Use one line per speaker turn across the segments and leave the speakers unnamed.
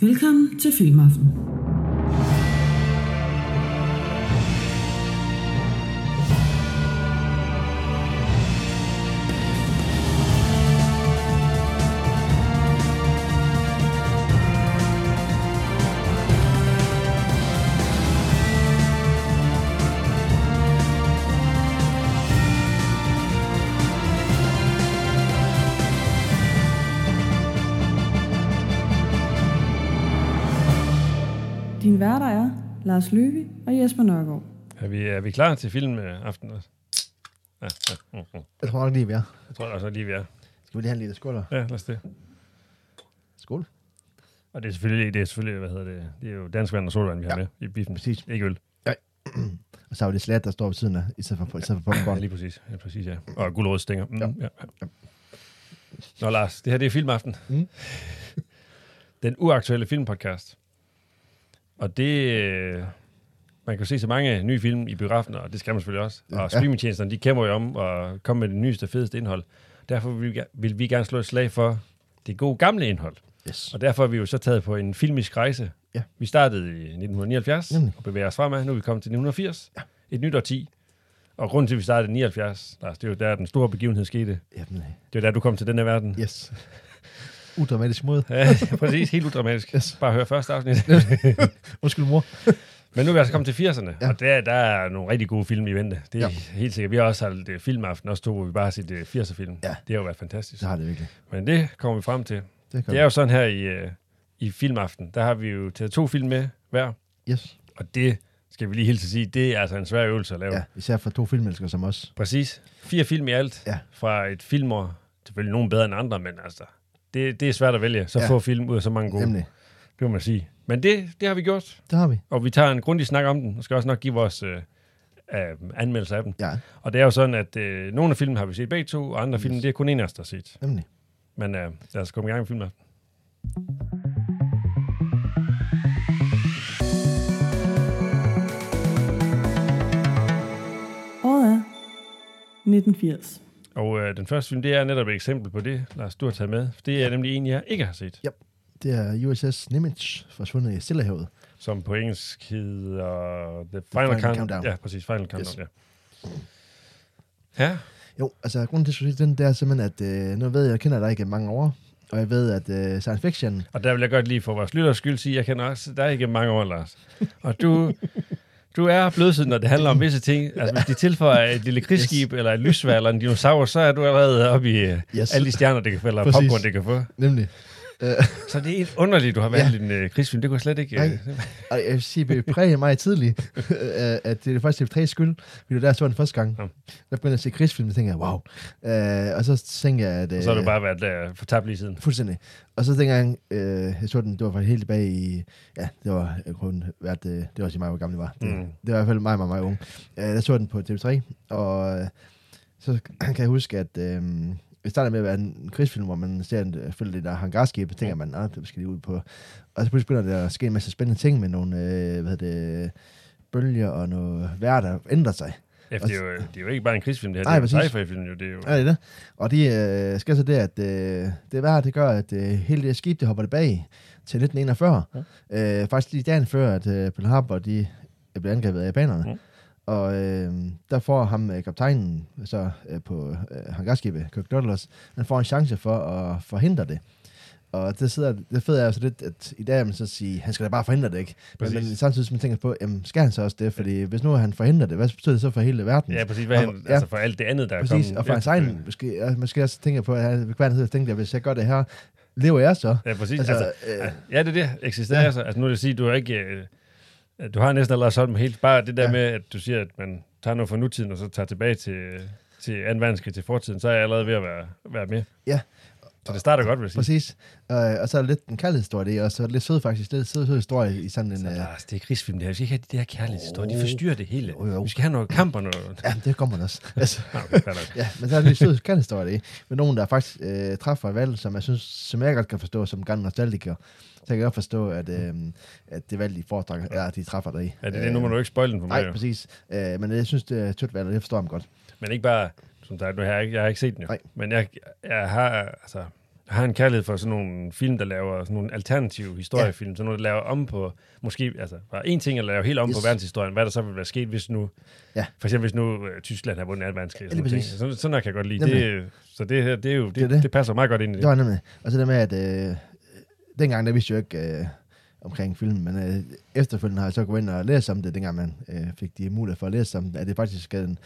Velkommen til Filmaften.
Din værter er Lars Løve og Jesper Nørgaard.
Er vi, er vi klar til film øh, aftenen? også? Ja, ja. Mm, mm.
Jeg tror nok lige, vi er.
Jeg tror altså lige, vi er.
Skal vi lige have en lille skål? her?
Ja, lad os det.
Skål.
Og det er selvfølgelig, det er selvfølgelig hvad hedder det, det er jo dansk vand og solvand, vi har
Ja.
med i biffen.
Præcis.
Ikke øl.
Og så er det slat, der står ved siden af, i stedet for, i stedet for
Ja,
popcorn.
lige præcis. Ja, præcis, ja. Og gulerod stænger. Mm,
Ja.
ja. ja. Nå, Lars, det her det er filmaften. Mm.
Mm.
Den uaktuelle filmpodcast. Og det... øh, Man kan jo se så mange nye film i biografen, og det skal man selvfølgelig også. Og
Ja.
streamingtjenesterne, de kæmper jo om at komme med det nyeste og fedeste indhold. Derfor vil vi, ga- vil vi gerne slå et slag for det gode gamle indhold.
Yes.
Og derfor har vi jo så taget på en filmisk rejse.
Ja.
Vi startede i 1979
Nemlig.
og bevæger os fremad. Nu er vi kommet til 1980. Ja. Et nyt årti. Og grunden til, at vi startede i 79, Lars, det er jo der, den store begivenhed skete.
Jamen, øh,
Det er der, du kom til den her verden.
yes. Udramatisk måde.
Ja, præcis. Helt udramatisk.
Yes.
Bare hør første afsnit.
Undskyld, mor.
Men nu er vi altså kommet til 80'erne, ja.
Ja.
og der, der er nogle rigtig gode film i vente. Det er ja.
Ja.
helt sikkert. Vi har også holdt øh, filmaften, også to, hvor vi bare har set øh, 80'er-film.
Ja.
Det har jo været fantastisk.
Det har det virkelig.
Men det kommer vi frem til.
Det, kan
Det er jo sådan her i, øh, i filmaften, der har vi jo taget to film med hver.
Yes.
Og det skal vi lige helt til at sige, det er altså en svær øvelse at lave.
Ja,
Ja.
især for to filmelskere som os.
Præcis. Fire film i alt ja.
Ja.
fra et filmår. Selvfølgelig nogen bedre end andre, men altså, det, det er svært at vælge. Så ja.
Ja.
få film ud af så mange gode, Jamen.
Nemlig.
det må man sige. Men det, det har vi gjort,
Det har vi.
og vi tager en grundig snak om den, og skal også nok give vores øh, øh, anmeldelse af dem.
Ja,
Og det er jo sådan, at øh, nogle af filmene har vi set begge to, og andre yes. film, det er kun en af os, der har set.
nemlig.
Men øh, lad os komme i gang med filmen.
Året er 1980.
Og øh, den første film, det er netop et eksempel på det, Lars, du har taget med. Det er nemlig en, jeg ikke har set.
Det er USS Nimitz, forsvundet i Stillehavet.
Som på engelsk hedder The Final, Final Countdown. Countdown. Ja, præcis. Final Countdown, yes. ja. Ja,
Jo, altså grunden til, at jeg skulle sige den, det er simpelthen, at øh, nu ved jeg, jeg kender dig ikke mange år, og jeg ved, at øh, science fiction,
og der vil jeg godt lige for vores lytters skyld sige, jeg kender også dig ikke mange år, Lars. Og du, du er blødsiden, når det handler om visse ting. Altså, hvis de tilføjer et lille krigsskib, yes. eller et lysvær, eller en dinosaur, så er du allerede oppe i yes.
Yes.
alle de stjerner, det kan få, eller
Præcis.
popcorn, det kan få.
nemlig.
Så det er helt underligt, du har valgt ja. en øh, krigsfilm. Det kunne jeg slet ikke... Øh,
Nej. Og jeg vil sige, det prægede mig tidligt, øh, at det er faktisk TV3 skyld, fordi det var der, jeg så den første gang.
Ja.
Der begyndte jeg at se krigsfilm, og tænkte jeg, wow. Øh, og så tænkte jeg, at...
og så har du bare været øh, fortabt lige siden.
Fuldstændig. Og så dengang, øh, jeg så den, det var faktisk helt tilbage i, ja, det var øh, kun været, øh, det var også i mig, hvor gammel jeg var. Det,
Mm.
mm. det var i hvert fald meget, meget, meget ung. Øh, der så jeg den på TV3, og øh, så kan jeg huske, at øh, det starter med at være en krigsfilm, hvor man ser en, øh, følger det der hangarskib, og tænker man, at det skal lige ud på. Og så pludselig begynder der at ske en masse spændende ting med nogle, øh, hvad hedder det, bølger og noget vejr, der ændrer sig.
Ja, for det, er jo, det er jo ikke bare en krigsfilm, det her.
Nej,
det er en
præcis.
sci-fi-film, jo. Det er jo...
Ja, det er det. Og det øh, skal så det, at øh, det vejr, det gør, at øh, hele det skib, det hopper tilbage til 1941. Ja. Øh, faktisk lige dagen før, at øh, Pearl Harbor, de øh, blev angrebet af japanerne.
Ja.
Ja. Og øh, der får ham, øh, kaptajnen, så øh, på øh, hangarskibet, Kirk Douglas, han får en chance for at forhindre det. Og det, sidder, det fede er jo så lidt, at i dag vil man så sige, han skal da bare forhindre det, ikke? Men, men
Præcis.
samtidig som man tænker på, jamen, skal han så også det? Fordi hvis nu han forhindrer det, hvad betyder det så for hele verden?
Ja, præcis. Hvad
Og-
han, ja.
ja.
Altså for alt det andet, der er
Præcis,
kommet.
og for hans egen,
efterfølgende.
måske, og måske også tænker på, at han ved hver tid tænker, at hvis jeg gør det her, lever jeg så?
Ja, præcis. Altså,
Altså,
altså,
øh,
ja, det er det. Eksisterer ja.
ja.
så. Altså nu vil jeg sige, du har ikke... øh, Du har næsten allerede solgt dem helt. Bare det der ja.
Ja.
med, at du siger, at man tager noget fra nutiden, og så tager tilbage til, til 2. verdenskrig til fortiden, så er jeg allerede ved at være, være med.
Ja.
Så det starter godt, vil jeg sige.
Præcis. Øh, og så er der lidt en kærlighedshistorie, det er, og så er det lidt sød faktisk, lidt sød, sød historie i sådan en...
Så,
øh,
Lars, det er krigsfilm, det her. Vi skal ikke have det der kærlighedshistorie. De forstyrrer det hele.
Jo, jo.
Vi skal have noget kamp og noget...
ja, det kommer man også. Altså,
Nå, okay, fair nok.
ja, men så er det lidt sød kærlighedshistorie i, med nogen, der faktisk øh, træffer et valg, som jeg synes, som jeg godt kan forstå, som gammel nostalgiker. Så jeg kan godt forstå, at, øh, at det valg, de foretrækker, ja, de træffer dig i.
Ja, det er det. Nu må du ikke spoil den for mig.
Nej,
jo.
præcis. Øh, men jeg synes, det er et tødt valg, og det forstår jeg godt.
Men ikke bare, som dig, nu har jeg, ikke, jeg har ikke set den jo.
Nej.
Men jeg, jeg har, altså, Jeg har en kærlighed for sådan nogle film, der laver sådan nogle alternative historiefilm, ja. sådan nogle, der laver om på, måske, altså, bare en ting, at lave helt om yes. på
Yes.
verdenshistorien, hvad der så ville være sket, hvis nu,
Ja.
for eksempel hvis nu øh, Tyskland har vundet 2. verdenskrig,
Ja,
sådan,
lige
ja,
præcis.
sådan, sådan noget kan jeg godt lide.
Nemlig.
Det, øh, så det her, det er jo, det,
Det er
det, det.
det.
det passer meget godt ind i
Det
det.
var nemlig. Og så det med, at øh, dengang, der vidste jeg jo ikke øh, omkring filmen, men øh, efterfølgende har jeg så gået ind og læst om det, dengang man øh, fik de mulighed for at læse om det, at det faktisk er en,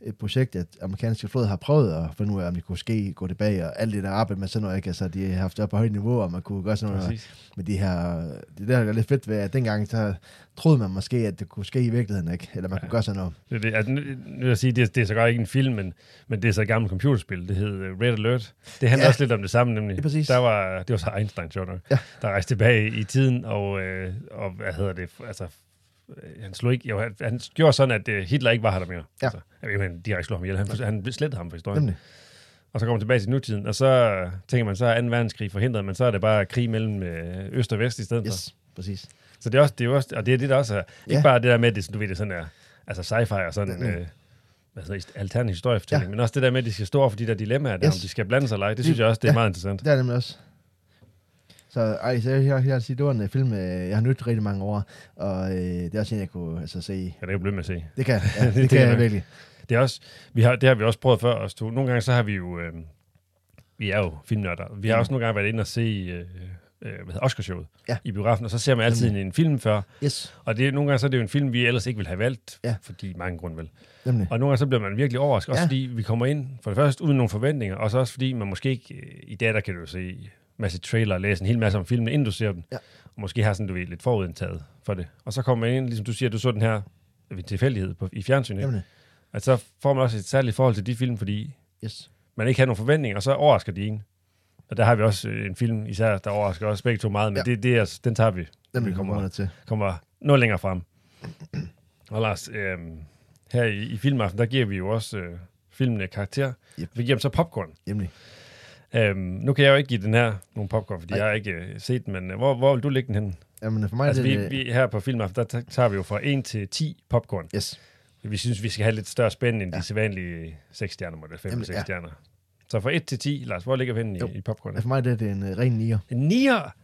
et projekt, at amerikanske flåde har prøvet at finde ud af, om det kunne ske, gå tilbage, og alt det der arbejde med sådan noget, ikke? Altså, de har haft det op på højt niveau, og man kunne gøre sådan noget
Præcis.
med de her... Det der er lidt fedt ved, at dengang, så troede man måske, at det kunne ske i virkeligheden, ikke? Eller man ja. kunne gøre sådan noget.
Det, er det, altså, nu, nu vil jeg sige, det, er- det er så godt ikke en film, men, men det er så et gammelt computerspil. Det hed øh, Red Alert. Det handler ja.
Ja.
også lidt om det samme, nemlig.
Lige præcis.
Der var, det var så Einstein, sjovt nok,
Ja.
der rejste tilbage i tiden, og, øh, og hvad hedder det, altså, øh, han, slog ikke, jo, han, han gjorde sådan, at øh, Hitler ikke var her der mere.
Ja.
Altså, jeg ved, han direkte slog ham ihjel. Han, han slettede ham fra historien.
Nemlig.
Og så kommer man tilbage til nutiden, og så øh, tænker man, så er 2. verdenskrig forhindret, men så er det bare krig mellem øh, øst og vest i stedet for.
Yes, præcis.
Så det er også, det er jo også, og det er det, der også er. Ikke
Ja.
bare det der med, at det, sådan, du ved, det sådan er, altså sci-fi og sådan,
Mm.
øh, hvad hedder det, alternativ historiefortælling, ja. men også det der med, at de skal stå over for de der dilemmaer, der,
Yes.
om de skal blande sig eller ej, det synes jeg også, det er ja.
Ja.
meget interessant.
Det er det nemlig også. Så ej, så jeg, jeg, jeg vil sige, det var en øh, film, øh, jeg har nydt rigtig mange år, og øh, det er også en, jeg kunne altså, se.
Ja, det er jo blevet med at se.
Det kan jeg, ja, det,
Det
det kan
kan
jeg
man.
virkelig.
Det, er også, vi har, det har vi også prøvet før os to. Nogle gange så har vi jo, øh, vi er jo filmnørder, vi har
Ja.
også nogle gange været inde og se, øh, øh, hvad hedder Oscarshowet
Mm. Ja. Mm.
i biografen, og så ser man altid en film før,
Yes,
og det, er- nogle gange så er det jo en film, vi ellers ikke ville have valgt,
Ja.
fordi mange grunde vel.
nemlig.
Og nogle gange så bliver man virkelig overrasket, også
Ja.
fordi vi kommer ind, for det første uden nogle forventninger, og så også fordi man måske ikke, øh, i dag der kan du jo se en masse trailer og læse en hel masse om filmen, inden du ser den,
Ja.
og måske har sådan, du ved, lidt forudindtaget for det. Og så kommer man ind, ligesom du siger, du så den her øh, ved tilfældighed på, i fjernsynet, ikke?
Nemlig.
at så får man også et særligt forhold til de film, fordi
Yes.
man ikke har nogen forventninger, og så overrasker de en. Og der har vi også øh, en film især, der overrasker også begge to meget, men ja.
Ja.
det, det er, altså- den tager vi, når vi
Nemlig kommer
kommer
der til.
kommer noget længere frem. Og Lars, øh, her i, i filmaften, der giver vi jo også øh, filmene karakter.
Yep.
Vi giver dem så popcorn.
Nemlig.
Øh, nu kan jeg jo ikke give den her nogen popcorn, fordi Ej.
Nej.
jeg har ikke øh, set den, men øh, hvor, hvor vil du lægge den hen?
Jamen, for mig
Altså,
er
vi,
det...
vi, her på filmaften, der t- tager vi jo fra 1 til 10 popcorn.
Yes,
Vi synes, vi skal have lidt større spænd end ja. de
Ja.
sædvanlige 6 stjerner, må det 5
Jamen,
6
ja.
stjerner. Så fra 1 til 10, Lars, hvor ligger vi henne i,
Jo.
i popcorn?
for mig er det en øh, ren nier.
En nier!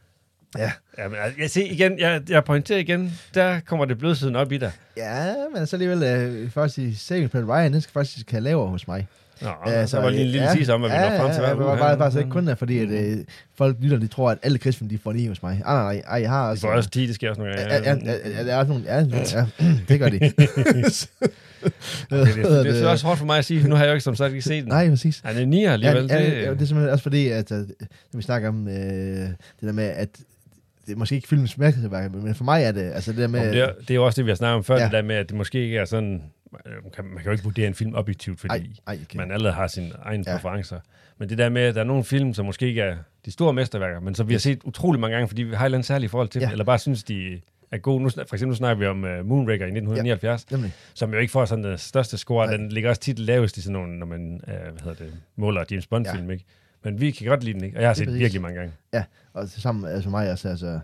Ja.
Jamen, altså, jeg ser igen, jeg, jeg pointerer igen, der kommer det blødsiden op i dig.
Ja, men så alligevel, øh, først i Saving Private Ryan, den skal faktisk have lavere hos mig. Altså,
Nå, ja, så Ah, var lige en lille
ja,
ja, om, at vi ja, når frem til Mm.
ja,
hver
det var
uge.
bare,
her.
bare så ikke kun er, fordi at, øh, folk lytter, de tror, at alle krigsfilm, de får 9 hos mig. Ej, nej, nej, jeg har
Vi
også...
får også 10, det sker også nogle
Ja,
gange.
ja, ja, ja, der er også nogle, ja, ja, mm, det gør de.
det, det, det, det, er også hårdt for mig at sige, for nu har jeg jo ikke som sagt ikke set den.
Nej, præcis.
Han er nier
Ja, ja,
alligevel.
ja, det er simpelthen også fordi, at, at når vi snakker om øh, det der med, at det er måske ikke filmens mærkelseværk, men for mig er det, altså det der med...
Om det, er, det er jo også det, vi har snakket om før, ja.
Ja.
det der med, at det måske ikke er sådan... øh, Man kan, man kan jo ikke vurdere en film objektivt, fordi
ej,
Ej,
ej,
okay.
okay.
man allerede har sine egne ja.
Ja.
præferencer. Men det der med, at der er nogle film, som måske ikke er de store mesterværker, men som vi har set utrolig mange gange, fordi vi har et eller andet særligt forhold til ja.
Ja.
dem, eller bare synes, de er gode. Nu, snak- for eksempel nu snakker vi om uh, Moonraker i 1979,
Nemlig.
som jo ikke får sådan den største score.
Nej.
Den ligger også tit lavest i sådan nogle, når man øh, hvad hedder det, måler James Bond-film, ja. ikke? Men vi kan godt lide den, ikke? Og jeg har
Lige
set den
præcis.
virkelig mange gange.
Og så sammen altså mig også, altså,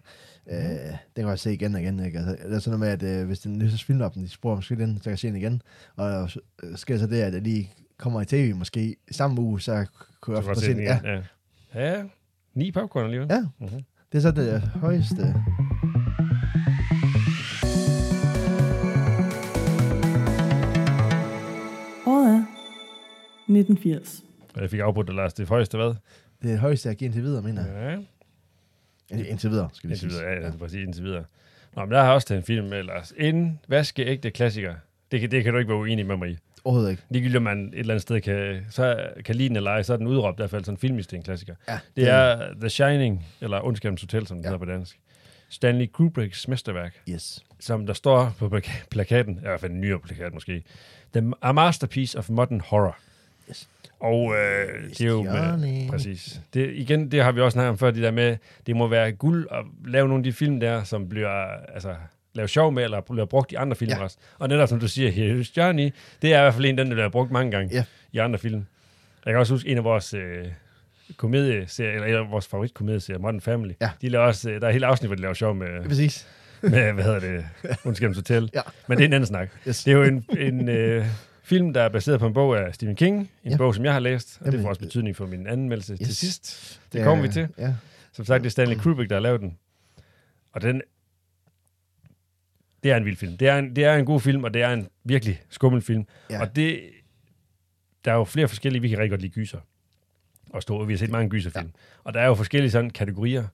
øh, den kan jeg se igen og igen, ikke? Altså, det er sådan noget med, at øh, hvis den nyeste film op, de sporer måske den, så kan jeg se den igen. Og så øh, sker så det, at jeg lige kommer i tv måske samme uge, så kunne
Så
jeg
godt
få
se
se den. Ja,
igen. ja. ja. Ni popcorn alligevel.
Ja.
Mm-hmm.
det er så det øh, højeste.
Året er 1980.
Og jeg fik afbrudt det, Lars. Det højeste hvad?
Det er det højeste, jeg giver indtil videre, mener jeg.
Ja.
Ind- Indtil videre, skal vi
Indtil
sige.
videre. Ja, ja. Præcis, indtil videre. Nå, men der har jeg også taget en film med, Lars. En vaskeægte klassiker. Det kan, det kan du ikke være uenig med mig i.
Overhovedet ikke.
Ligegyldigt om man et eller andet sted kan, så kan lide den eller ej, så er den udråbt i hvert fald sådan filmisk, det er en klassiker.
Ja,
Det er The Shining, eller Undskabens Hotel, som det ja.
Ja.
hedder på dansk. Stanley Kubricks mesterværk.
Yes.
som der står på plaka- plakaten, i hvert fald en nyere plakat måske, The, A Masterpiece of Modern Horror.
Yes.
Og øh, det er jo med,
Stjerning.
præcis. Det, igen, det har vi også snakket om før, det der med, det må være guld at lave nogle af de film der, som bliver, altså, lave sjov med, eller bliver brugt i andre film ja.
Ja.
også. Og netop som du siger, Here's Johnny, det er i hvert fald en, den der bliver brugt mange gange
Ja.
i andre film. Jeg kan også huske en af vores øh, komedieserier, eller en af vores favoritkomedieserier, Modern Family.
Ja.
De laver også, øh, der er et helt afsnit, hvor de laver sjov med,
Præcis.
med, hvad hedder det, Undskabens Hotel.
Ja.
Men det er en anden snak.
Yes.
Det er jo en, en øh, Film, der er baseret på en bog af Stephen King. En
Ja.
ja. bog, som jeg har læst. Og
Jamen, øh,
det får også betydning for min anmeldelse yes.
yes.
til sidst. Det kommer
Ja,
vi til.
Ja.
Som sagt, det er Stanley Kubrick, der har lavet den. Og den... Det er en vild film. Det er en, det er en god film, og det er en virkelig skummel film.
Ja.
Ja. Og det... Der er jo flere forskellige... Vi kan rigtig godt lide gyser. Og store, vi har set mange gyserfilm. Ja. Og der er jo forskellige sådan kategorier.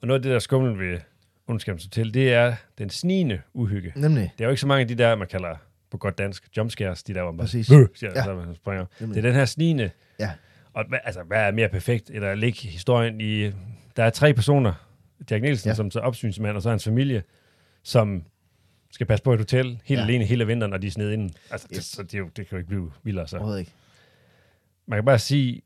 Og noget af det, der er skummel ved Undskabens Hotel, det er den snigende uhygge.
Nemlig.
Det er jo ikke så mange af de der, man kalder på godt dansk, jumpscares, de der, hvor man bare,
Præcis.
"Bøh!" siger,
Ja.
ja. så man springer.
Nemlig.
Det er den her snigende.
Ja.
Og hvad, altså, hvad er mere perfekt, end at lægge historien i... Der er tre personer. Jack Nielsen,
Ja.
ja. som så er opsynsmand, og så hans familie, som skal passe på et hotel helt
Ja.
ja. alene hele vinteren, og de er sned inden. Altså,
Yes.
det, så det, er jo, det kan jo ikke blive vildere. Så.
Overhovedet ikke.
Man kan bare sige,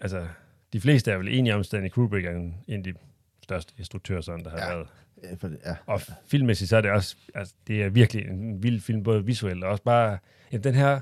altså, de fleste er vel enige om, at Stanley Kubrick er en, en af de største instruktører, sådan, der har
Ja.
ja. været
Ja, For, det- ja.
og filmmæssigt, så er det også, altså, det er virkelig en vild film, både visuelt og også bare, jamen, den her, jeg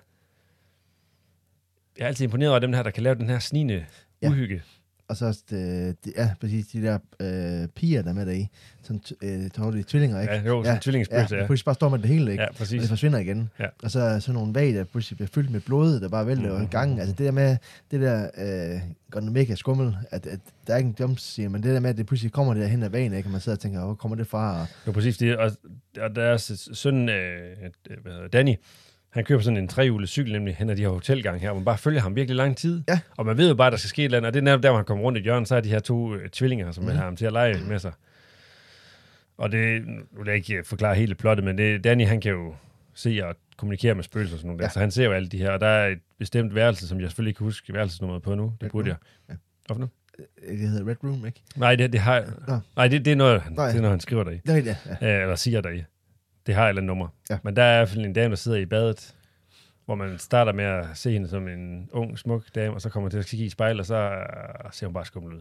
er altid imponeret over dem her, der kan lave den her snigende
Ja.
ja. uhygge.
Og så også, øh, de, ja, præcis de der øh, piger, der er med deri. Sådan t- øh, tårlige tvillinger, ikke?
Ja, jo, sådan ja.
Ja,
tvillingsspøgelser,
ja.
ja.
pludselig bare står man det hele, ikke? Altså-
Ja,
og
præcis.
det forsvinder igen.
Ja. Mm-hmm.
Og så er sådan nogle vag, der pludselig bliver fyldt med blod, der bare vælter over gangen. Altså det der med, det der øh, gør den mega skummel, at, at der er ikke en jumpscene, men det der med, at det pludselig kommer det der hen ad vejen, ikke? Og man sidder og tænker, hvor kommer det fra? Og,
Jo, præcis. Det, og, og deres søn, øh, øh, hvad hedder Danny, han køber sådan en trehjulet cykel, nemlig hen ad de her hotelgange her, hvor man bare følger ham virkelig lang tid.
Ja.
Og man ved jo bare, at der skal ske et eller andet, og det er netop der, hvor han kommer rundt i hjørnet, så er de her to øh, tvillinger, som mm.
Mhm.
har ham til at lege med sig. Og det, nu vil jeg ikke øh, forklare hele plottet, men det, Danny, han kan jo se og kommunikere med spøgelser og sådan noget. Ja.
Ja.
Så han ser jo alle de her, og der er et bestemt værelse, som jeg selvfølgelig ikke kan huske værelsesnummeret på nu. Det burde jeg.
Ja.
Hvorfor nu?
øh, det hedder Red Room, ikke?
Nej, det, det har jeg.
Nå.
Nej, det, det, er noget, han,
Nej.
det er noget, han skriver deri.
Det er rigtigt, ja.
Øh, eller siger dig. Det har et eller andet nummer.
Ja.
Ja. Men der er i hvert fald en dame, der sidder i badet, hvor man starter med at se hende som en ung, smuk dame, og så kommer man til at kigge i spejl, og så øh, ser hun bare skummel ud.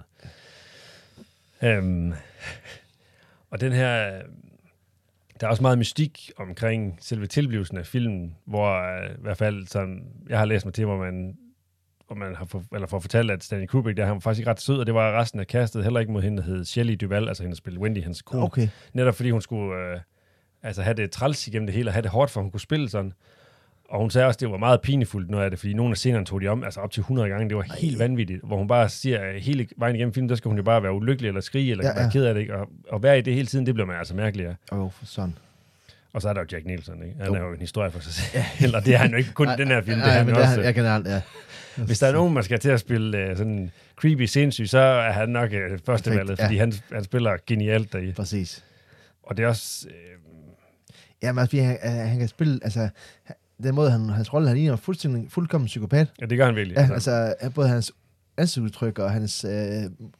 Øhm, og den her... øh, Der er også meget mystik omkring selve tilblivelsen af filmen, hvor øh, i hvert fald, sådan, jeg har læst mig til, hvor man, hvor man har for, eller får fortalt, at Stanley Kubrick, der han var faktisk ikke ret sød, og det var resten af kastet heller ikke mod hende, der hed Shelley Duvall, altså hende, der spillede Wendy, hans kone.
Okay.
Netop fordi hun skulle øh, altså have det træls igennem det hele, og have det hårdt for, at hun kunne spille sådan. Og hun sagde også, at det var meget pinefuldt noget af det, fordi nogle af scenerne tog de om, altså op til 100 gange, det var helt vanvittigt, hvor hun bare siger, at hele vejen igennem filmen, der skal hun jo bare være ulykkelig, eller skrige, eller
Ja,
ja,
ja.
ja. være ked af det, ikke? Og, og være i det hele tiden, det bliver man altså mærkelig af.
Og oh, sådan.
Og så er der jo Jack Nielsen, ikke? Han
Jo.
er jo en historie for sig selv, eller det er han jo ikke kun i den her film, det er han
men
jo også.
jeg generelt, ja.
Hvis der er nogen, man skal til at spille uh, sådan creepy sindssyg, så er han nok uh, førstevalget,
ja.
fordi han, han spiller genialt deri.
Præcis.
Og det er også... Øh,
Ja, men altså, fordi han, øh, han kan spille, altså, han- den måde, han, hans rolle, han ligner fuldstændig, fuldkommen psykopat.
ja, det gør han virkelig.
Ja, altså, altså både hans ansigtsudtryk og hans øh,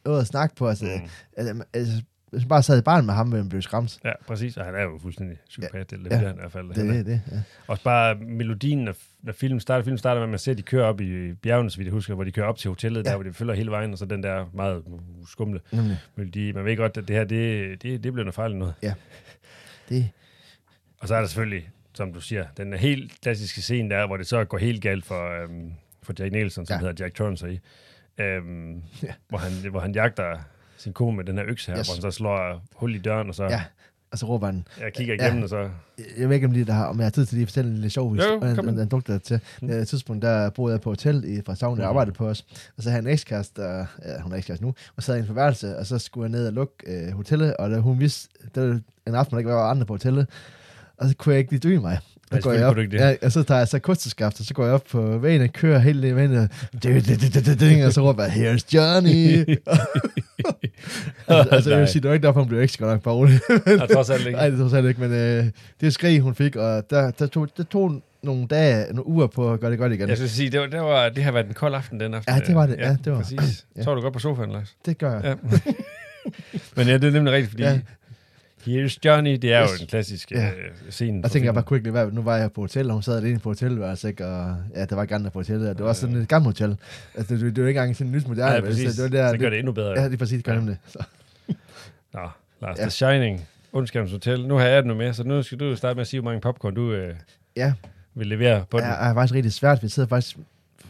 måde at snakke på, altså, mm.
Mm.
altså, altså, hvis man bare sad i barn med ham, ville man blive skræmt.
Ja, præcis. Og han er jo fuldstændig psykopat, det er lidt
Ja.
det, han i hvert fald.
Det er
han er.
det, det. Ja.
Også bare melodien, når, når filmen starter. Filmen starter med, at man ser, at de kører op i bjergene, så vidt jeg husker, hvor de kører op til hotellet, ja.
Ja.
der hvor de følger hele vejen, og så den der meget skumle
Nemlig,
melodi. Man ved godt, at det her, det, det, det bliver noget fejl noget.
det,
Og så er der selvfølgelig, som du siger, den helt klassiske scene der, hvor det så går helt galt for, øhm, for Jack Nielsen, som
Ja.
ja. hedder Jack Torrance i. Øhm,
Ja.
ja. hvor, han, hvor han jagter sin kone med den her økse her,
Yes.
yes. hvor han så slår hul i døren, og så
Ja.
ja.
og så råber han,
jeg kigger
Ja.
igennem, ja. og så...
jeg ved ikke, om, lige, der har, om jeg har tid til lige at fortælle en lille sjov
Jo, kom
historie,
med.
den dugter til. Mm. Et tidspunkt, der boede jeg på hotel i, fra Savn, jeg
Mhm.
arbejdede på os, og så havde jeg en ekskæreste, der, ja, hun er ekskæreste nu, og sad i en forværelse, og så skulle jeg ned og lukke øh, hotellet, og da hun vidste, det var en aften, hvor der ikke var andre på hotellet, og så kunne jeg ikke lige dø mig. Så
Nej,
går jeg
selvfølgelig kunne
op,
du ikke Altså, det.
ja, og så tager jeg så kosteskaft, og så går jeg op på vejen og kører helt ned i vejen, og, dø- dø- dø- dø- dø- dø- og så råber jeg, here's Johnny. altså, altså, jeg
Nej.
vil sige, det var ikke derfor, hun blev ikke så godt nok bare rolig.
Og trods alt ikke.
Nej, det tror jeg slet ikke, men øh, det skrig, hun fik, og der, der, tog, der tog nogle dage, nogle uger på at gøre det godt igen.
Jeg skal sige, det, var, det, var, det har været en kold aften den aften.
Ja, det var det. Ja, det var-
Præcis.
Ja.
Så var du godt på sofaen, Lars.
Det gør jeg. Ja.
Ja. Men ja, det er nemlig rigtigt, fordi
Ja.
ja. Here's Johnny, det er
Yes.
jo en klassisk
Ja.
ja. uh, scene. fra
Og tænkte jeg
filmen.
bare, kunne ikke lade være, nu var jeg på hotel, og hun sad alene på hotelværelse, ikke? og ja, der var ikke andre på hotellet, og det var også sådan et gammelt hotel. Altså, det, det var ikke engang sådan et nyt moderne,
Ja,
vel?
præcis.
så
Så,
altså, det var der,
så gør det endnu bedre.
Ja,
Ja.
det er præcis, det gør
Ja.
nemlig. Så,
Nå, Lars,
Ja.
ja. The Shining, Undskabens Hotel. Nu har jeg den nu med, så nu skal du starte med at sige, hvor mange popcorn du øh,
ja,
vil levere på
jeg
den.
jeg er faktisk rigtig svært, for jeg sidder faktisk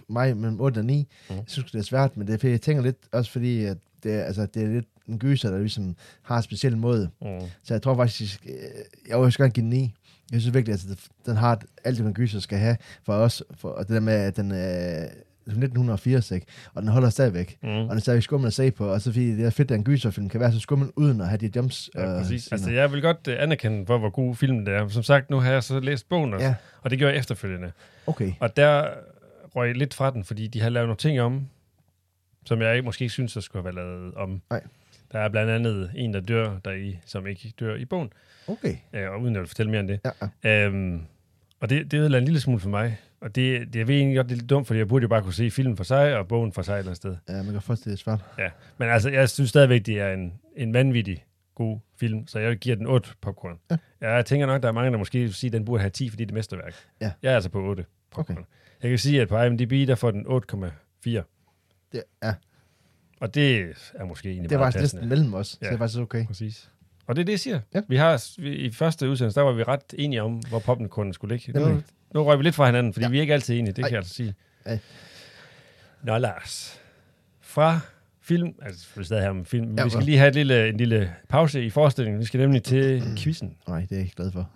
mig mellem 8 og 9. Mm.
Mhm.
Jeg synes, det er svært, men det er, fordi jeg tænker lidt, også fordi, at det, er- altså, det er lidt en gyser, der ligesom har en speciel måde.
Mm.
Så jeg tror faktisk, øh, jeg vil også gerne give den 9. Jeg synes virkelig, at altså, den har alt det, man gyser skal have for os. For, og det der med, at den øh, er 1980, ikke? og den holder stadigvæk.
Mm.
Og den er stadigvæk skummel at se på, og så fordi det er fedt, at en gyserfilm kan være så skummel, uden at have de jumps. øh,
Ja, præcis.
scener.
Altså, jeg vil godt øh, anerkende, hvor, hvor god film det er. Som sagt, nu har jeg så læst bogen også,
Ja.
ja. og det gjorde jeg efterfølgende.
Okay.
Og der røg jeg lidt fra den, fordi de har lavet nogle ting om, som jeg ikke, måske ikke synes, der skulle have været lavet om.
Nej.
Der er blandt andet en, der dør deri, som ikke dør i bogen.
Okay.
Øh, og uden at fortælle mere end det.
Ja, ja.
Øhm, og det, det ødelagde en lille smule for mig. Og det, det jeg ved egentlig godt, det er lidt dumt, fordi jeg burde jo bare kunne se filmen for sig, og bogen for sig et eller andet sted.
ja man kan forstå det er svært.
Ja. Men altså, jeg synes stadigvæk, det er en, en vanvittig god film, så jeg giver den 8 popcorn.
Ja.
Jeg tænker nok, der er mange, der måske vil sige, at den burde have 10, fordi det er mesterværk.
Ja.
Jeg er altså på 8 popcorn. Okay. Jeg kan sige, at på IMDb, der får den 8,4.
Det, ja,
Og det er måske egentlig
det var
meget
faktisk
passende.
næsten mellem os, ja. så
Ja.
det er faktisk okay.
Præcis. Og det er det, jeg siger.
Ja.
Vi har, vi, I første udsendelse, der var vi ret enige om, hvor popcornen skulle ligge. Nu,
Nemlig.
nu røg vi lidt fra hinanden, fordi
Ja.
ja. vi er ikke altid enige, det
Ej.
kan jeg altså sige.
Ej.
Nå, Lars. Fra film, altså vi er stadig her med film,
Ja,
ja, vi skal
ja.
lige have et lille, en lille pause i forestillingen. Vi skal nemlig til quizzen.
Nej, det er jeg ikke glad for.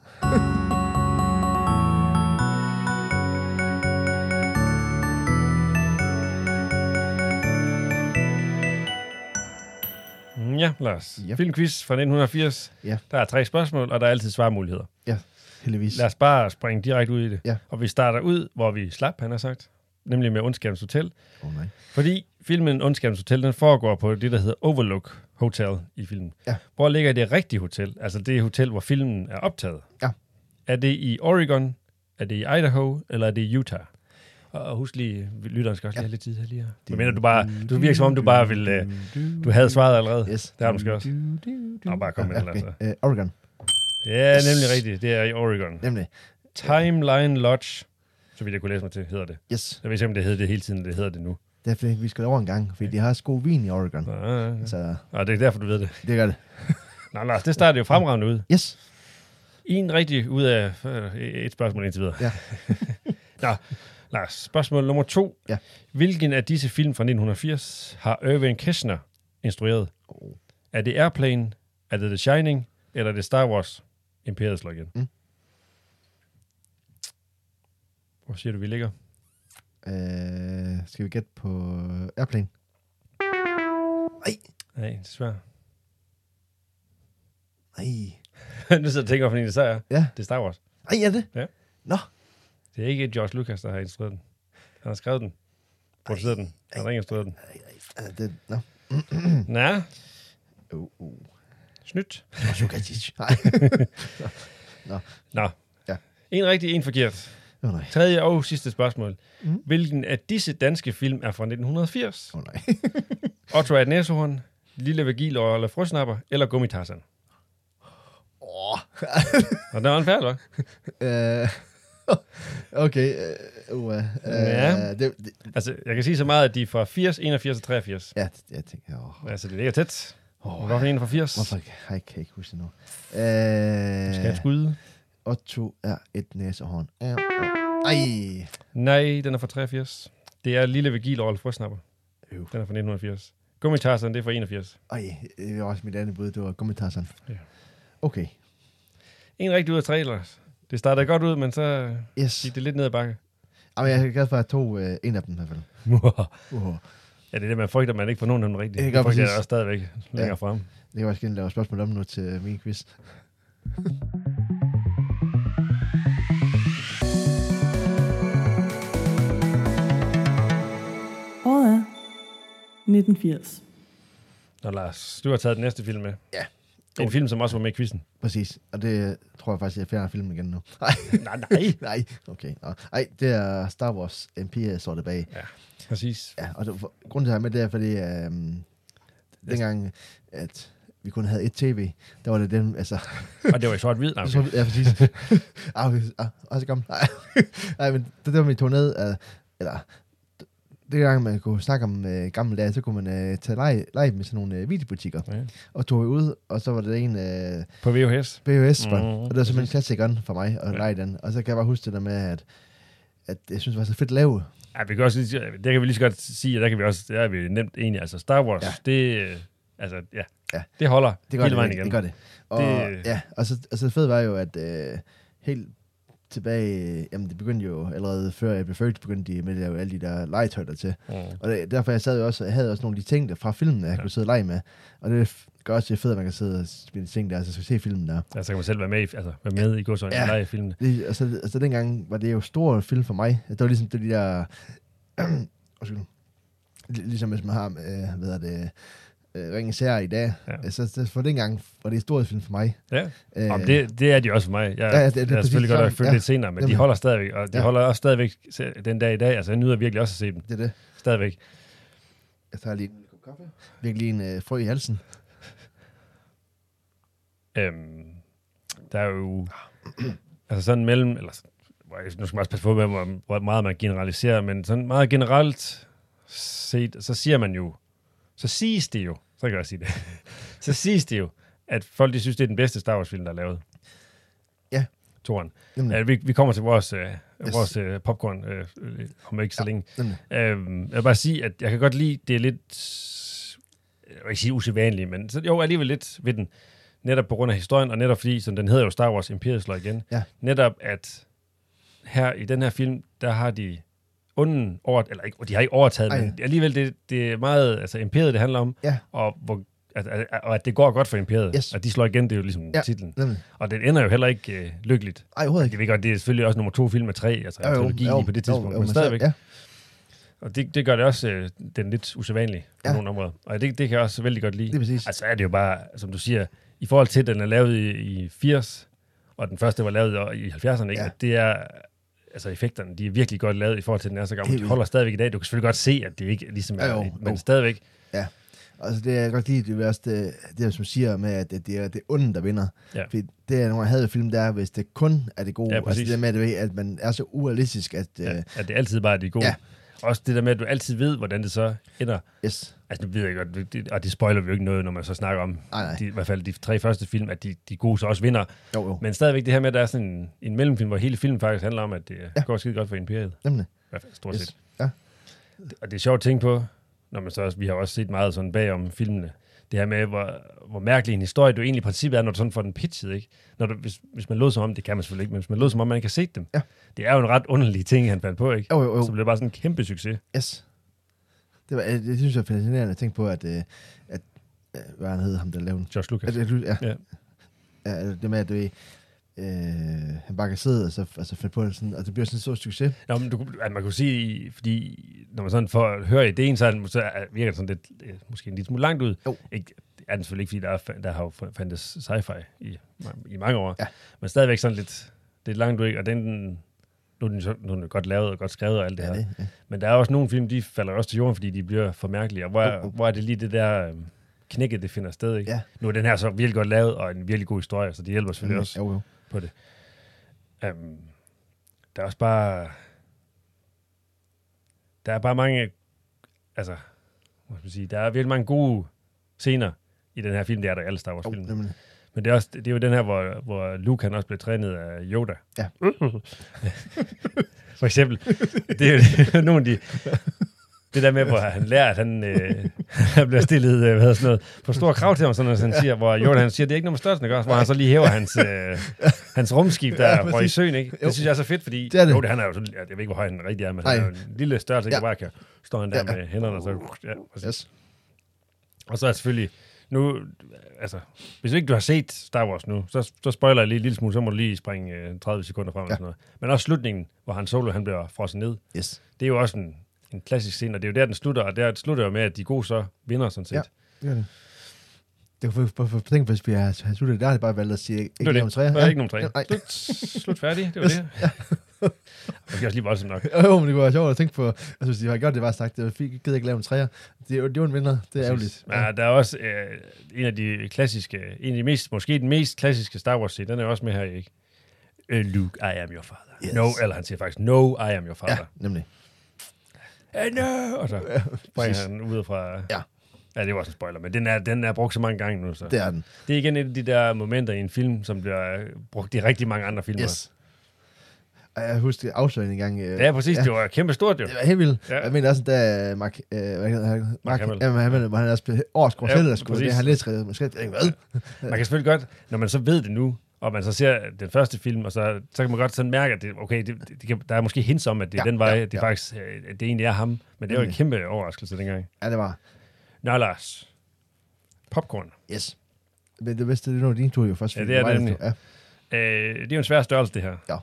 Mm, Ja, Lars.
Ja.
Ja. Filmquiz fra 1980.
Ja.
Der er tre spørgsmål, og der er altid svarmuligheder.
Ja, heldigvis.
Lad os bare springe direkte ud i det.
Ja.
Og vi starter ud, hvor vi slap, han har sagt. Nemlig med Ondskabens Hotel.
Oh, nej.
Fordi filmen Ondskabens Hotel, den foregår på det, der hedder Overlook Hotel i filmen.
Ja.
Hvor ligger det rigtige hotel? Altså det hotel, hvor filmen er optaget.
Ja.
Er det i Oregon? Er det i Idaho? Eller er det i Utah? Og og husk lige, vi- lytteren skal også lige have lidt tid her lige her. Men mener du bare, du virker som om du bare vil, øh, du havde svaret allerede.
Yes.
Det har du måske også. Nå, bare kom med
Ja,
det,
okay.
altså.
Øh, Oregon,
Ja, nemlig rigtigt. Det er i Oregon.
nemlig.
Timeline Lodge, så vidt jeg kunne læse mig til, hedder det.
Yes.
Jeg ved ikke, om det hed det hele tiden, det hedder det nu.
Det er fordi, vi skal over en gang, fordi de har også god vin i Oregon.
Nå, ja, ja.
Så
Nå, Ah. det er derfor, du ved det.
det gør det.
Nå, Lars, det starter jo fremragende ud.
Yes.
En rigtig ud af øh, et spørgsmål indtil videre.
Ja.
Nå, Lars, spørgsmål nummer to.
Ja.
Hvilken af disse film fra 1980 har Irving Kirshner instrueret?
Oh.
Er det Airplane, er det The Shining, eller er det Star Wars? Imperiet slår igen.
Mm.
Hvor siger du, vi ligger?
Øh, skal vi gætte på øh, Airplane?
Nej, desværre.
Nej.
nu sidder jeg og tænker, hvorfor det så er.
Ja.
Det er Star Wars.
Nej, er det?
Ja.
Nå,
Det er ikke George Lucas, der har instrueret den. Han har skrevet den, produceret den, han har ikke instrueret den.
øh, det, nå.
Nå,
Uh, uh.
snydt.
Sukatich. Nej.
Nå.
Ja.
En rigtig, en forkert.
Åh nej.
Tredje og sidste spørgsmål.
Mm.
Mm. Hvilken af disse danske film er fra 1980?
Åh nej.
Otto af et næsehorn, Lille Vagil og Olle Frøsnapper, eller Gummitarsan?
Åh.
Og den er unfair, eller hvad?
Øh, okay. øh, Uh, uh,
Ja.
det, det,
Altså, jeg kan sige så meget, at de er fra 80, 81 og 83.
ja, det, jeg tænker, åh.
Altså, det ligger tæt.
Åh,
Hvorfor en fra 80?
Hvorfor kan jeg kan ikke huske det nu? Øh,
Skal han skyde?
Otto er et næsehorn. Ja, ja. Ej,
Nej, den er fra 83. Det er Lille Vagil og Olle Frøsnapper.
Øv.
Den er fra 1980. Gummitarsan, det er fra 81.
ej, øh, det var også mit andet bud, det var kommentarsen.
Ja.
Okay,
En rigtig ud af tre, Lars. Det startede godt ud, men så
yes.
gik det lidt ned ad bakke.
Jamen, jeg er glad for, at jeg tog øh, en af dem i hvert fald. Uh,
Ja, det er det, man frygter, man ikke får nogen af dem rigtigt.
Det
Det
gør
gør frygter
præcis.
jeg også stadigvæk længere frem.
det kan jeg også gerne lave spørgsmål om nu til min quiz.
Året er 1980.
Nå, Lars, du har taget den næste film med.
Ja.
En film, som også var med i quizzen.
Præcis, og det øh, tror jeg faktisk, jeg fjerner filmen igen nu. Nej,
nej, nej.
nej, okay. Nå. Ej, det er Star Wars Empire, står tilbage.
Præcis.
Ja, og det, for, grunden til at jeg har med det er, fordi øhm, dengang, at vi kun havde et tv, der var det dem, altså,
Og det var i sort-hvid. Nej,
Okay.
okay.
Så, ja, præcis. ah, okay. ah, også gammel. Nej, Nej men det der, vi tog ned, uh, eller det gang, man kunne snakke om uh, gamle dage, så kunne man uh, tage live, live med sådan nogle uh, videobutikker.
Ja.
Og tog vi ud, og så var der en uh,
På VHS.
bhs mm,
Mhm,
og det var simpelthen klassikeren for mig at
Ja.
lege den. Og så kan jeg bare huske det der med, at, at jeg synes, det var så fedt at lave.
Ja, vi kan også lige, der kan vi lige så godt sige, at der kan vi også, der er vi nemt enige. Altså, Star Wars,
Ja.
ja. det, øh, altså, ja,
Ja.
ja. det holder
Det
det
gør
hele
det,
vejen
ikke?
igen.
det gør det. Og, det...
Det-
Ja, og så, og så fedt var jo, at uh, helt tilbage, øh, jamen det begyndte jo allerede før jeg blev født, begyndte de med at lave alle de der legetøj til.
Mm.
Og det, derfor jeg sad jo også, jeg havde også nogle af de ting der fra filmen, jeg
Ja.
ja. kunne sidde og lege med. Og det f- gør også, det er fedt, at man kan sidde og spille ting der, så skal se filmen der.
Altså, så kan man selv være med i, altså, være med i godsøjne,
Ja.
ja. i filmen.
Det, altså, altså dengang var det jo stor film for mig. Det var ligesom det de der... undskyld. Lig- Ligesom hvis man har, øh, hvad hedder det, øh, Ringens Herre i dag.
Ja.
Ja. Så, så for dengang var det en stor film for mig.
Ja.
Øh,
Jamen, det, det er de også for mig. Jeg, ja, det, det, jeg er
præcis
selvfølgelig godt nok
sådan.
følt ja.
Ja.
lidt senere, men Jamen. de
Jamen.
holder stadigvæk, og de ja.
Ja.
holder også stadigvæk se- den dag i dag. Altså, jeg nyder virkelig også at se dem
det er det.
stadigvæk.
Jeg tager lige en kop kaffe. Virkelig en øh, frø i halsen.
Øhm, der er jo altså sådan mellem, eller sådan- nu skal man også passe på med, hvor- hvor meget man generaliserer, men sådan meget generelt set, så siger man jo, så siges det jo, så kan jeg også sige det, så siges det jo, at folk de synes, det er den bedste Star Wars-film, der er lavet.
Ja.
Toren.
Nemlig.
Ja, vi, vi kommer til vores, øh, yes.
Yes.
vores øh, popcorn øh, øh, om ikke så ja.
Ja.
længe.
Nemlig.
Øhm, jeg vil bare sige, at jeg kan godt lide, det er lidt, jeg vil ikke sige usædvanligt, men så, jo, alligevel lidt ved den. Netop på grund af historien, og netop fordi, som den hedder jo Star Wars Imperiet slår igen,
Ja.
netop at her i den her film, der har de onden over, eller ikke, de har ikke overtaget, Ej.
Ej.
men alligevel det, det er meget, altså Imperiet det handler om,
Ja.
og, hvor, at, at, og at det går godt for Imperiet,
Yes.
at de slår igen, det er jo ligesom ja.
Ja.
titlen.
Nemlig.
Og den ender jo heller ikke øh, lykkeligt.
Ej, overhovedet
Jeg
ikke.
ved godt, det er selvfølgelig også nummer to film af tre, altså jo, trilogi jo, på det tidspunkt, jo, jo, men
så-
stadigvæk.
Ja,
Og det, det gør det også øh, den lidt usædvanlige på ja.
Ja.
nogle områder. Og det, det kan jeg også vældig godt lide.
det er præcis.
Altså er det jo bare, som du siger, i forhold til, at den er lavet i, i 80, og den første var lavet i 70'erne, ikke?
Ja.
Ja. det er, altså effekterne, de er virkelig godt lavet i forhold til, at den er så gammel.
Helt
De holder stadigvæk i dag. Du kan selvfølgelig godt se, at det ikke ligesom er,
Ja, jo,
men
jo.
stadigvæk.
Altså, det er godt lige det værste, det er, som siger med, at det er det onde, der vinder.
Ja.
Fordi det er nogle af havde film, der er, hvis det kun er det gode.
Ja,
altså,
præcis.
det der med, at, du ved, at man er så urealistisk, at... øh,
Ja.
Ja.
At det altid bare er de gode. Ja.
Ja.
Også det der med, at du altid ved, hvordan det så ender.
yes.
Altså, nu ved jeg godt, det- og det spoiler vi jo ikke noget, når man så snakker om,
Nej, nej.
de, i hvert fald de tre første film, at de, de gode så også vinder.
Jo, jo.
Men stadigvæk det her med, at der er sådan en, en mellemfilm, hvor hele filmen faktisk handler om, at det ja.
Ja.
går skide godt for imperiet.
Nemlig.
I hvert fald stort yes.
Yes.
set.
Ja.
Og det er sjovt at tænke på, når man så også, vi har også set meget sådan bagom filmene, det her med, hvor, hvor mærkelig en historie du egentlig i princippet er, når du sådan får den pitchet, ikke? Når du, hvis, hvis man lod som om, det kan man selvfølgelig ikke, men hvis man lod som om, man ikke har set dem.
Ja.
Det er jo en ret underlig ting, han fandt på, ikke?
Jo, jo, jo.
Så blev det bare sådan en kæmpe succes.
Yes. Det, var, øh, det synes jeg er fascinerende at tænke på, at, øh, at øh, hvad han hed, ham der lavede den.
George Lucas.
At, at, ja.
Ja.
ja. ja. altså, Det med, at du ved, øh, han bare kan sidde og så altså, finde på det sådan, og det bliver sådan en stor succes.
Nå, men du, kunne- at man kunne sige, fordi når man sådan får høre ideen, så, er den, så er- virker det sådan lidt, øh, måske en lille smule langt ud.
Jo.
Ikke, det er den selvfølgelig ikke, fordi der, er, fa- der har jo fa- fandtes sci-fi i, ma- i mange år.
Ja.
Men stadigvæk sådan lidt, lidt langt ud, ikke? og den, nu er den, så, nu er den jo godt lavet og godt skrevet og alt det
Ja,
her.
det, ja.
Men der er også nogle film, de falder også til jorden, fordi de bliver for mærkelige. Og hvor,
Jo,
er,
jo.
hvor er det lige det der øh, knækket, det finder sted, ikke?
Ja. Mm,
Nu er den her så virkelig godt lavet, og en virkelig god historie, så det hjælper selvfølgelig også
Jo, jo.
på det. Um, der er også bare... Der er bare mange... Altså, hvad skal man sige, der er virkelig mange gode scener i den her film. Det er der i alle Star
Jo,
Wars-film.
nemlig.
Men det er, også, det er jo den her, hvor, hvor Luke han også blev trænet af Yoda.
Ja.
For eksempel. Det er jo nogle af de... Det der med, hvor han lærer, at han, øh, han bliver stillet øh, hvad hedder sådan noget, på store krav til ham, sådan, at han siger, hvor Yoda han siger, det er ikke noget med størrelsen, ikke? også? hvor han så lige hæver hans, øh, hans rumskib, der
Ja,
ja, røg i
præcis.
søen. Ikke?
Jo.
Det synes jeg er så fedt, fordi
Det er det.
Yoda, han er jo sådan, jeg ved ikke, hvor høj han rigtig er, men han er
Nej.
jo en lille størrelse, ikke? Ja.
Ja.
bare kan, står han der
Ja.
med hænderne, og så... Ja, præcis.
Yes.
Og så er selvfølgelig, nu, altså, hvis ikke du har set Star Wars nu, så, så spoiler jeg lige en lille smule, så må du lige springe øh, 30 sekunder frem ja.
Ja.
eller sådan noget. Men også slutningen, hvor han solo, han bliver frosset ned,
Yes.
det er jo også en, en klassisk scene, og det er jo der, den slutter, og der slutter jo med, at de gode så vinder sådan set.
Ja.
Ja.
Det er det. Det kunne for, for, for tænke, hvis vi har, har sluttet, der har det bare valgt at sige, ikke
Det var det.
om
Nummer
tre.
Der er ikke nummer tre.
Ja, nej.
Slut, slut færdig, det var det. Ja. det er også lige voldsomt nok.
Jo, men det kunne være sjovt at tænke på. Altså, hvis de har gjort det, bare sagt, det var fint, gider ikke lave en træer. Det er jo, det er jo en vinder. Det er ærgerligt.
Ja. der er også øh, en af de klassiske, en af de mest, måske den mest klassiske Star Wars scene, den er jo også med her, ikke? Øh, Luke, I am your father. Yes.
Yes.
No, eller han siger faktisk, no, I am your
ja,
father.
nemlig.
Ja. Uh, no! Og så springer
præcis.
han ud fra...
Ja.
Ja, det var også en spoiler, men den er, den er brugt så mange gange nu. Så.
Det
Det.
er den.
det er igen et af de der momenter i en film, som bliver øh, brugt i rigtig mange andre film.
Yes.
også.
Og jeg husker afsløringen en gang. øh,
Ja, præcis. Ja. Det var kæmpe stort, jo.
Det var helt vildt.
Ja.
Ja. Jeg mener også, da Mark, øh, hvad hedder han? Mark,
Hamill.
Mark Hamill, Hamill, hvor han også blev årets
Ja,
Corsella, der skulle
præcis.
det, han lidt skrevet, måske, jeg ved,
Man kan selvfølgelig godt, når man så ved det nu, og man så ser den første film, og så, så kan man godt sådan mærke, at det, okay, det, det kan, der er måske hints om, at det er
Ja,
ja, den vej,
ja,
ja, det
ja.
faktisk øh, at det egentlig er ham. Men det var en
Nemlig.
kæmpe overraskelse dengang.
Ja, det var.
Nå, Lars. Popcorn.
Yes. Men det vidste, det er nu din tur jo først.
Ja,
fordi
det er
var
det
dig, der
nemlig.
tog- Ja.
Øh, det er jo en svær størrelse, det her.
Ja.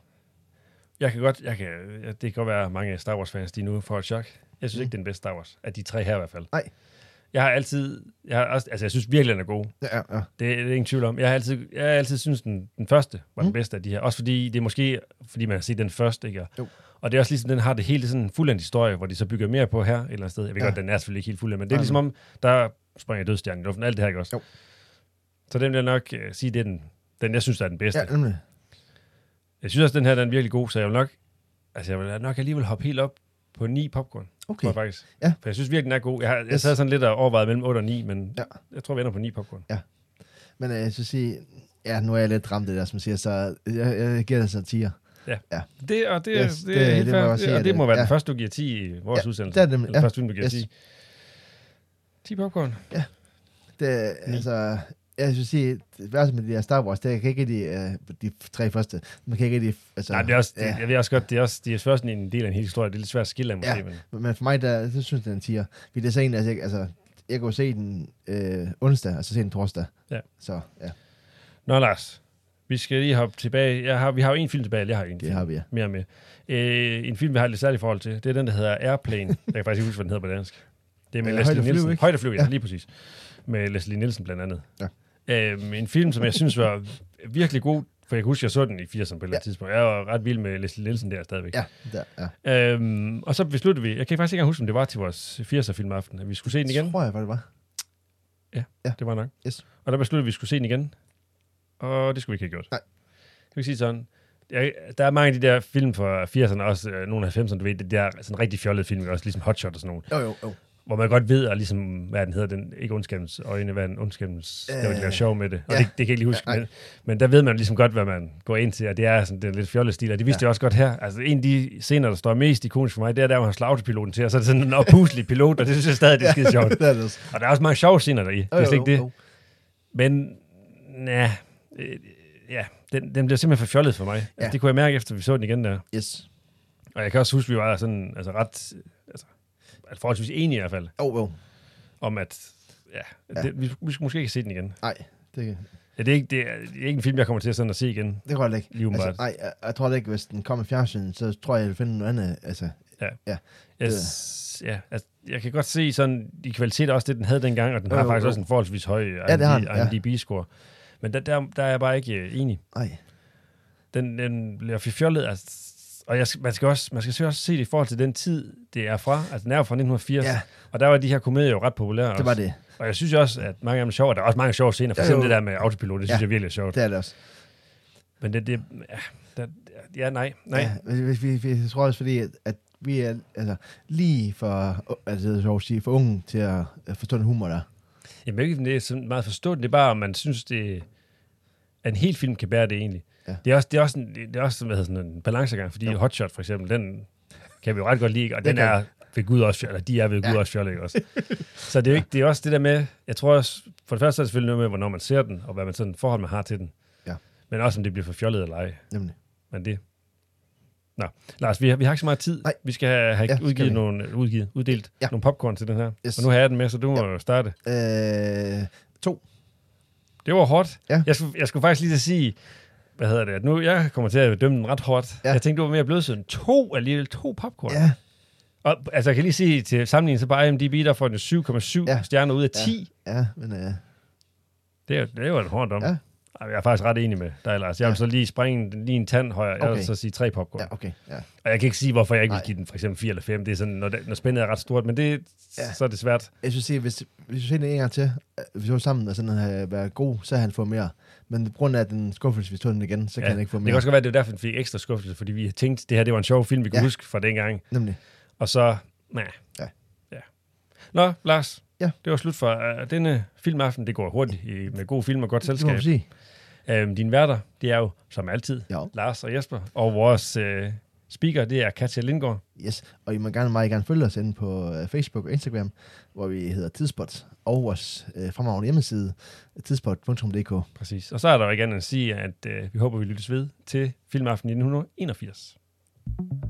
Jeg kan godt, jeg kan, ja, det kan godt være, at mange Star Wars-fans, de nu får et chok. Jeg
Mm.
synes ikke, det er den bedste Star Wars, af de tre her i hvert fald.
Nej.
Jeg har altid, jeg har også, altså jeg synes virkelig, den er god.
Ja, ja, ja.
Det er, det er ingen tvivl om. Jeg har altid, jeg har altid synes den, den første var den
Mm.
bedste af de her. Også fordi det er måske, fordi man har set den første, ikke? Og-
Jo.
Og det er også ligesom, den har det hele sådan en fuldendt historie, hvor de så bygger mere på her et eller andet sted. Jeg ved
Ja.
godt, den er selvfølgelig ikke helt fuldendt, men det er
Nej,
ligesom om, der springer dødstjernen i luften, alt det her, ikke også?
Jo.
Så den vil jeg nok øh, sige, det er den, den, jeg synes, der er den bedste.
ja nemlig.
Jeg synes også, den her den er virkelig god, så jeg vil nok, altså jeg vil nok alligevel hoppe helt op på 9 popcorn,
Okay.
tror jeg faktisk.
Ja.
For jeg synes virkelig, den er god. Jeg, har, jeg
Yes.
sad sådan lidt og overvejede mellem 8 og 9, men
Ja.
ja. jeg tror, vi ender på 9 popcorn.
Men øh, jeg skal sige, ja, nu er jeg lidt ramt af det der, som siger, så jeg, jeg giver det så 10'er.
Det, og det,
Yes,
yes, det,
det-
det, er helt
det må
fair.
jeg også sige,
det, og
at
det må
det-
være ja.
ja.
den første, du giver 10 i vores
Ja,
udsendelse.
det er det nemlig,
Eller
ja.
første, du giver
Yes.
10. 10 popcorn.
Det, altså, jeg skal sige, det værste med de her Star Wars, det er, jeg kan ikke de, øh, de tre første. Man kan ikke de, altså,
Nej, det er også, det,
ja.
jeg ved også godt, det er også, det er først en del af en hel historie. Det er lidt svært at skille af, måske.
Ja.
Ja. Men,
Men for mig, der, så synes jeg, den tiger. Fordi det er så en, altså, jeg, altså, jeg kunne se den øh, onsdag, og så se den torsdag.
Ja.
Så ja,
Nå, Lars. Vi skal lige hoppe tilbage. Jeg har, vi har jo en film tilbage, eller jeg har en
det
film
har vi. Ja.
mere med. Øh, en film, vi har et lidt særligt forhold til, det er den, der hedder Airplane. jeg kan faktisk ikke huske, hvad den hedder på dansk. Det er med øh,
Øh,
Leslie
Højt at flyve,
Nielsen.
ikke?
Højt at flyve, ja,
Ja.
lige præcis. Med Leslie Nielsen blandt andet.
Ja.
Øh, en film, som jeg synes var virkelig god, for jeg kan huske, jeg så den i 80'erne på et eller andet
Ja.
tidspunkt. Jeg var ret vild med Leslie Nielsen der stadigvæk.
Ja, der, ja.
Øhm, og så besluttede vi, jeg kan faktisk ikke engang huske, om det var til vores 80'er filmaften, at vi skulle se den igen.
Tror jeg, hvad det var.
Det var nok.
Yes.
Og der besluttede vi, at vi skulle se den igen. Og det skulle vi ikke have gjort.
Nej.
Kan vi sige sådan? Jeg, der er mange af de der film fra 80'erne, også øh, nogle af 90'erne, du ved, det der sådan rigtig fjollede film, ikke? også ligesom Hot Shot og sådan nogle,
Jo, jo, jo.
hvor man godt ved, at ligesom, hvad den hedder, den, ikke ondskabens øjne, hvad den ondskabens, øh,
Øh,
der var de laver sjov med det, og
ja.
ja, det, det, kan jeg ikke lige huske,
Ja,
ja,
nej.
men, men, der ved man ligesom godt, hvad man går ind til, og det er sådan den lidt fjollede stil, og det viste ja. jeg også godt her. Altså en af de scener, der står mest ikonisk for mig, det er der, hvor han slår autopiloten til, og så er det sådan en oppuslig pilot, og det synes jeg stadig, det er skide sjovt.
det er det også.
Og der er også mange sjove scener deri, det er slet ikke det.
Jo,
Men, ja, øh, ja den, den bliver simpelthen for fjollet for mig. Ja.
Ja.
Altså, det kunne jeg mærke, efter vi så den igen der.
Yes.
Og jeg kan også huske, vi var sådan, altså ret, altså, altså forholdsvis enige i hvert fald,
Jo, jo.
om at, ja,
Ja.
ja. Det, vi, vi skulle måske ikke se den igen.
Nej, det,
Ja, det, er ikke, det, er, det er ikke en film, jeg kommer til at sådan at se igen.
det går ikke.
Lige
altså,
umiddelbart.
nej, jeg, jeg, tror da ikke, hvis den kommer i fjernsynet, så tror jeg, jeg vil finde noget andet. Altså,
Jeg,
det-
s- ja, altså, jeg kan godt se sådan i kvalitet også det, den havde dengang, og den
Jo,
har
jo,
faktisk
jo.
også en forholdsvis høj
Ja, det har den, ja.
IMDb-score. Men der, der, der er jeg bare ikke øh, enig.
nej.
den, den bliver for fjollet, altså, og jeg, skal- man skal, også, man skal selvfølgelig også se det i forhold til den tid, det er fra. Altså, den er jo fra 1980,
Ja.
ja. og der var de her komedier jo ret populære
Det
også.
var det.
Og jeg synes jo også, at mange af dem er sjove, og der er også mange sjove scener, for
Ja,
eksempel
jo.
det der med autopilot, det synes
Ja.
jeg virkelig er sjovt.
Det er det også.
Men det, det ja, der, ja, nej, nej.
Ja, men vi, vi, vi, jeg tror også, fordi at, at vi er altså, lige for, altså, det er sjovt at sige, for unge til at øh, forstå den humor der.
Jamen, ikke, det er sådan meget forstået, det er bare, om man synes, det at en hel film kan bære det egentlig.
Ja.
Ja. Det er også, det er også, en, det er også hvad hedder sådan en balancegang, fordi jo. Hot Shot for eksempel, den kan vi jo ret godt lide, og
Det
den
kan
er ved Gud også fjollet, eller de er ved Gud
Ja.
også fjollet, ikke også? Så det er, jo ikke, det er også det der med, jeg tror også, for det første er det selvfølgelig noget med, hvornår man ser den, og hvad man sådan forhold man har til den.
Ja.
Men også om det bliver for fjollet eller ej.
Nemlig.
Men det... Nå, Lars, vi har, vi har ikke så meget tid.
Nej.
Vi skal have, have
Ja,
ja,
skal
udgivet
vi.
nogle, udgivet, uddelt
Ja.
ja. nogle popcorn til den her.
Yes.
Yes. Og nu har jeg den med, så du må ja. starte.
Øh, to.
Det var hårdt.
Ja.
Jeg, skulle, jeg skulle faktisk lige til at sige, hvad hedder det, at nu jeg kommer til at dømme den ret hårdt.
Ja.
Ja. Jeg tænkte, du var mere blødsøden. To alligevel, to popcorn.
Ja,
Og, altså, jeg kan lige sige til sammenligning, så bare IMDb, der får den jo 7,7
Ja.
ja. stjerner ud af
Ja.
10.
ja, men øh,
Det, er, jo- det er jo en hård dom.
Ja.
Ja. Jeg er faktisk ret enig med dig, Lars. Jeg vil
Ja.
ja. så lige springe den lige en tand højere. Jeg
Okay.
vil så sige tre popcorn.
ja,
Ja.
okay. Ja.
Og jeg kan ikke sige, hvorfor jeg ikke vil
Nej.
give den for eksempel 4 eller 5. Det er sådan, når, det- når spændet er ret stort, men det,
Ja.
ja. så er det svært.
Jeg synes, at hvis, hvis vi ser den en gang til, øh, hvis vi var sammen og sådan havde været god, så havde han fået mere. Men på grund af den skuffelse, vi tog den igen, så kan han ikke få
det
mere.
kan også godt være, at det var derfor, den fik ekstra skuffelse, fordi vi tænkte, det her det var en sjov film, vi kunne
Ja.
ja. huske fra dengang.
Nemlig.
Og så, nej.
Ja.
ja. Nå, Lars.
Ja.
Det var slut for uh, denne filmaften. Det går hurtigt i, med god film og godt
Det må
selskab.
man sige.
Øhm, dine værter, det er jo som altid
Ja.
Lars og Jesper, og vores øh, Speaker, det er Katja Lindgaard.
Yes, og I må gerne meget gerne følge os inde på øh, Facebook og Instagram, hvor vi hedder Tidspot, og vores øh, fremragende hjemmeside, tidspot.dk.
Præcis. Og så er der jo ikke andet end at sige, at øh, vi håber, vi lyttes ved til filmaften 1981.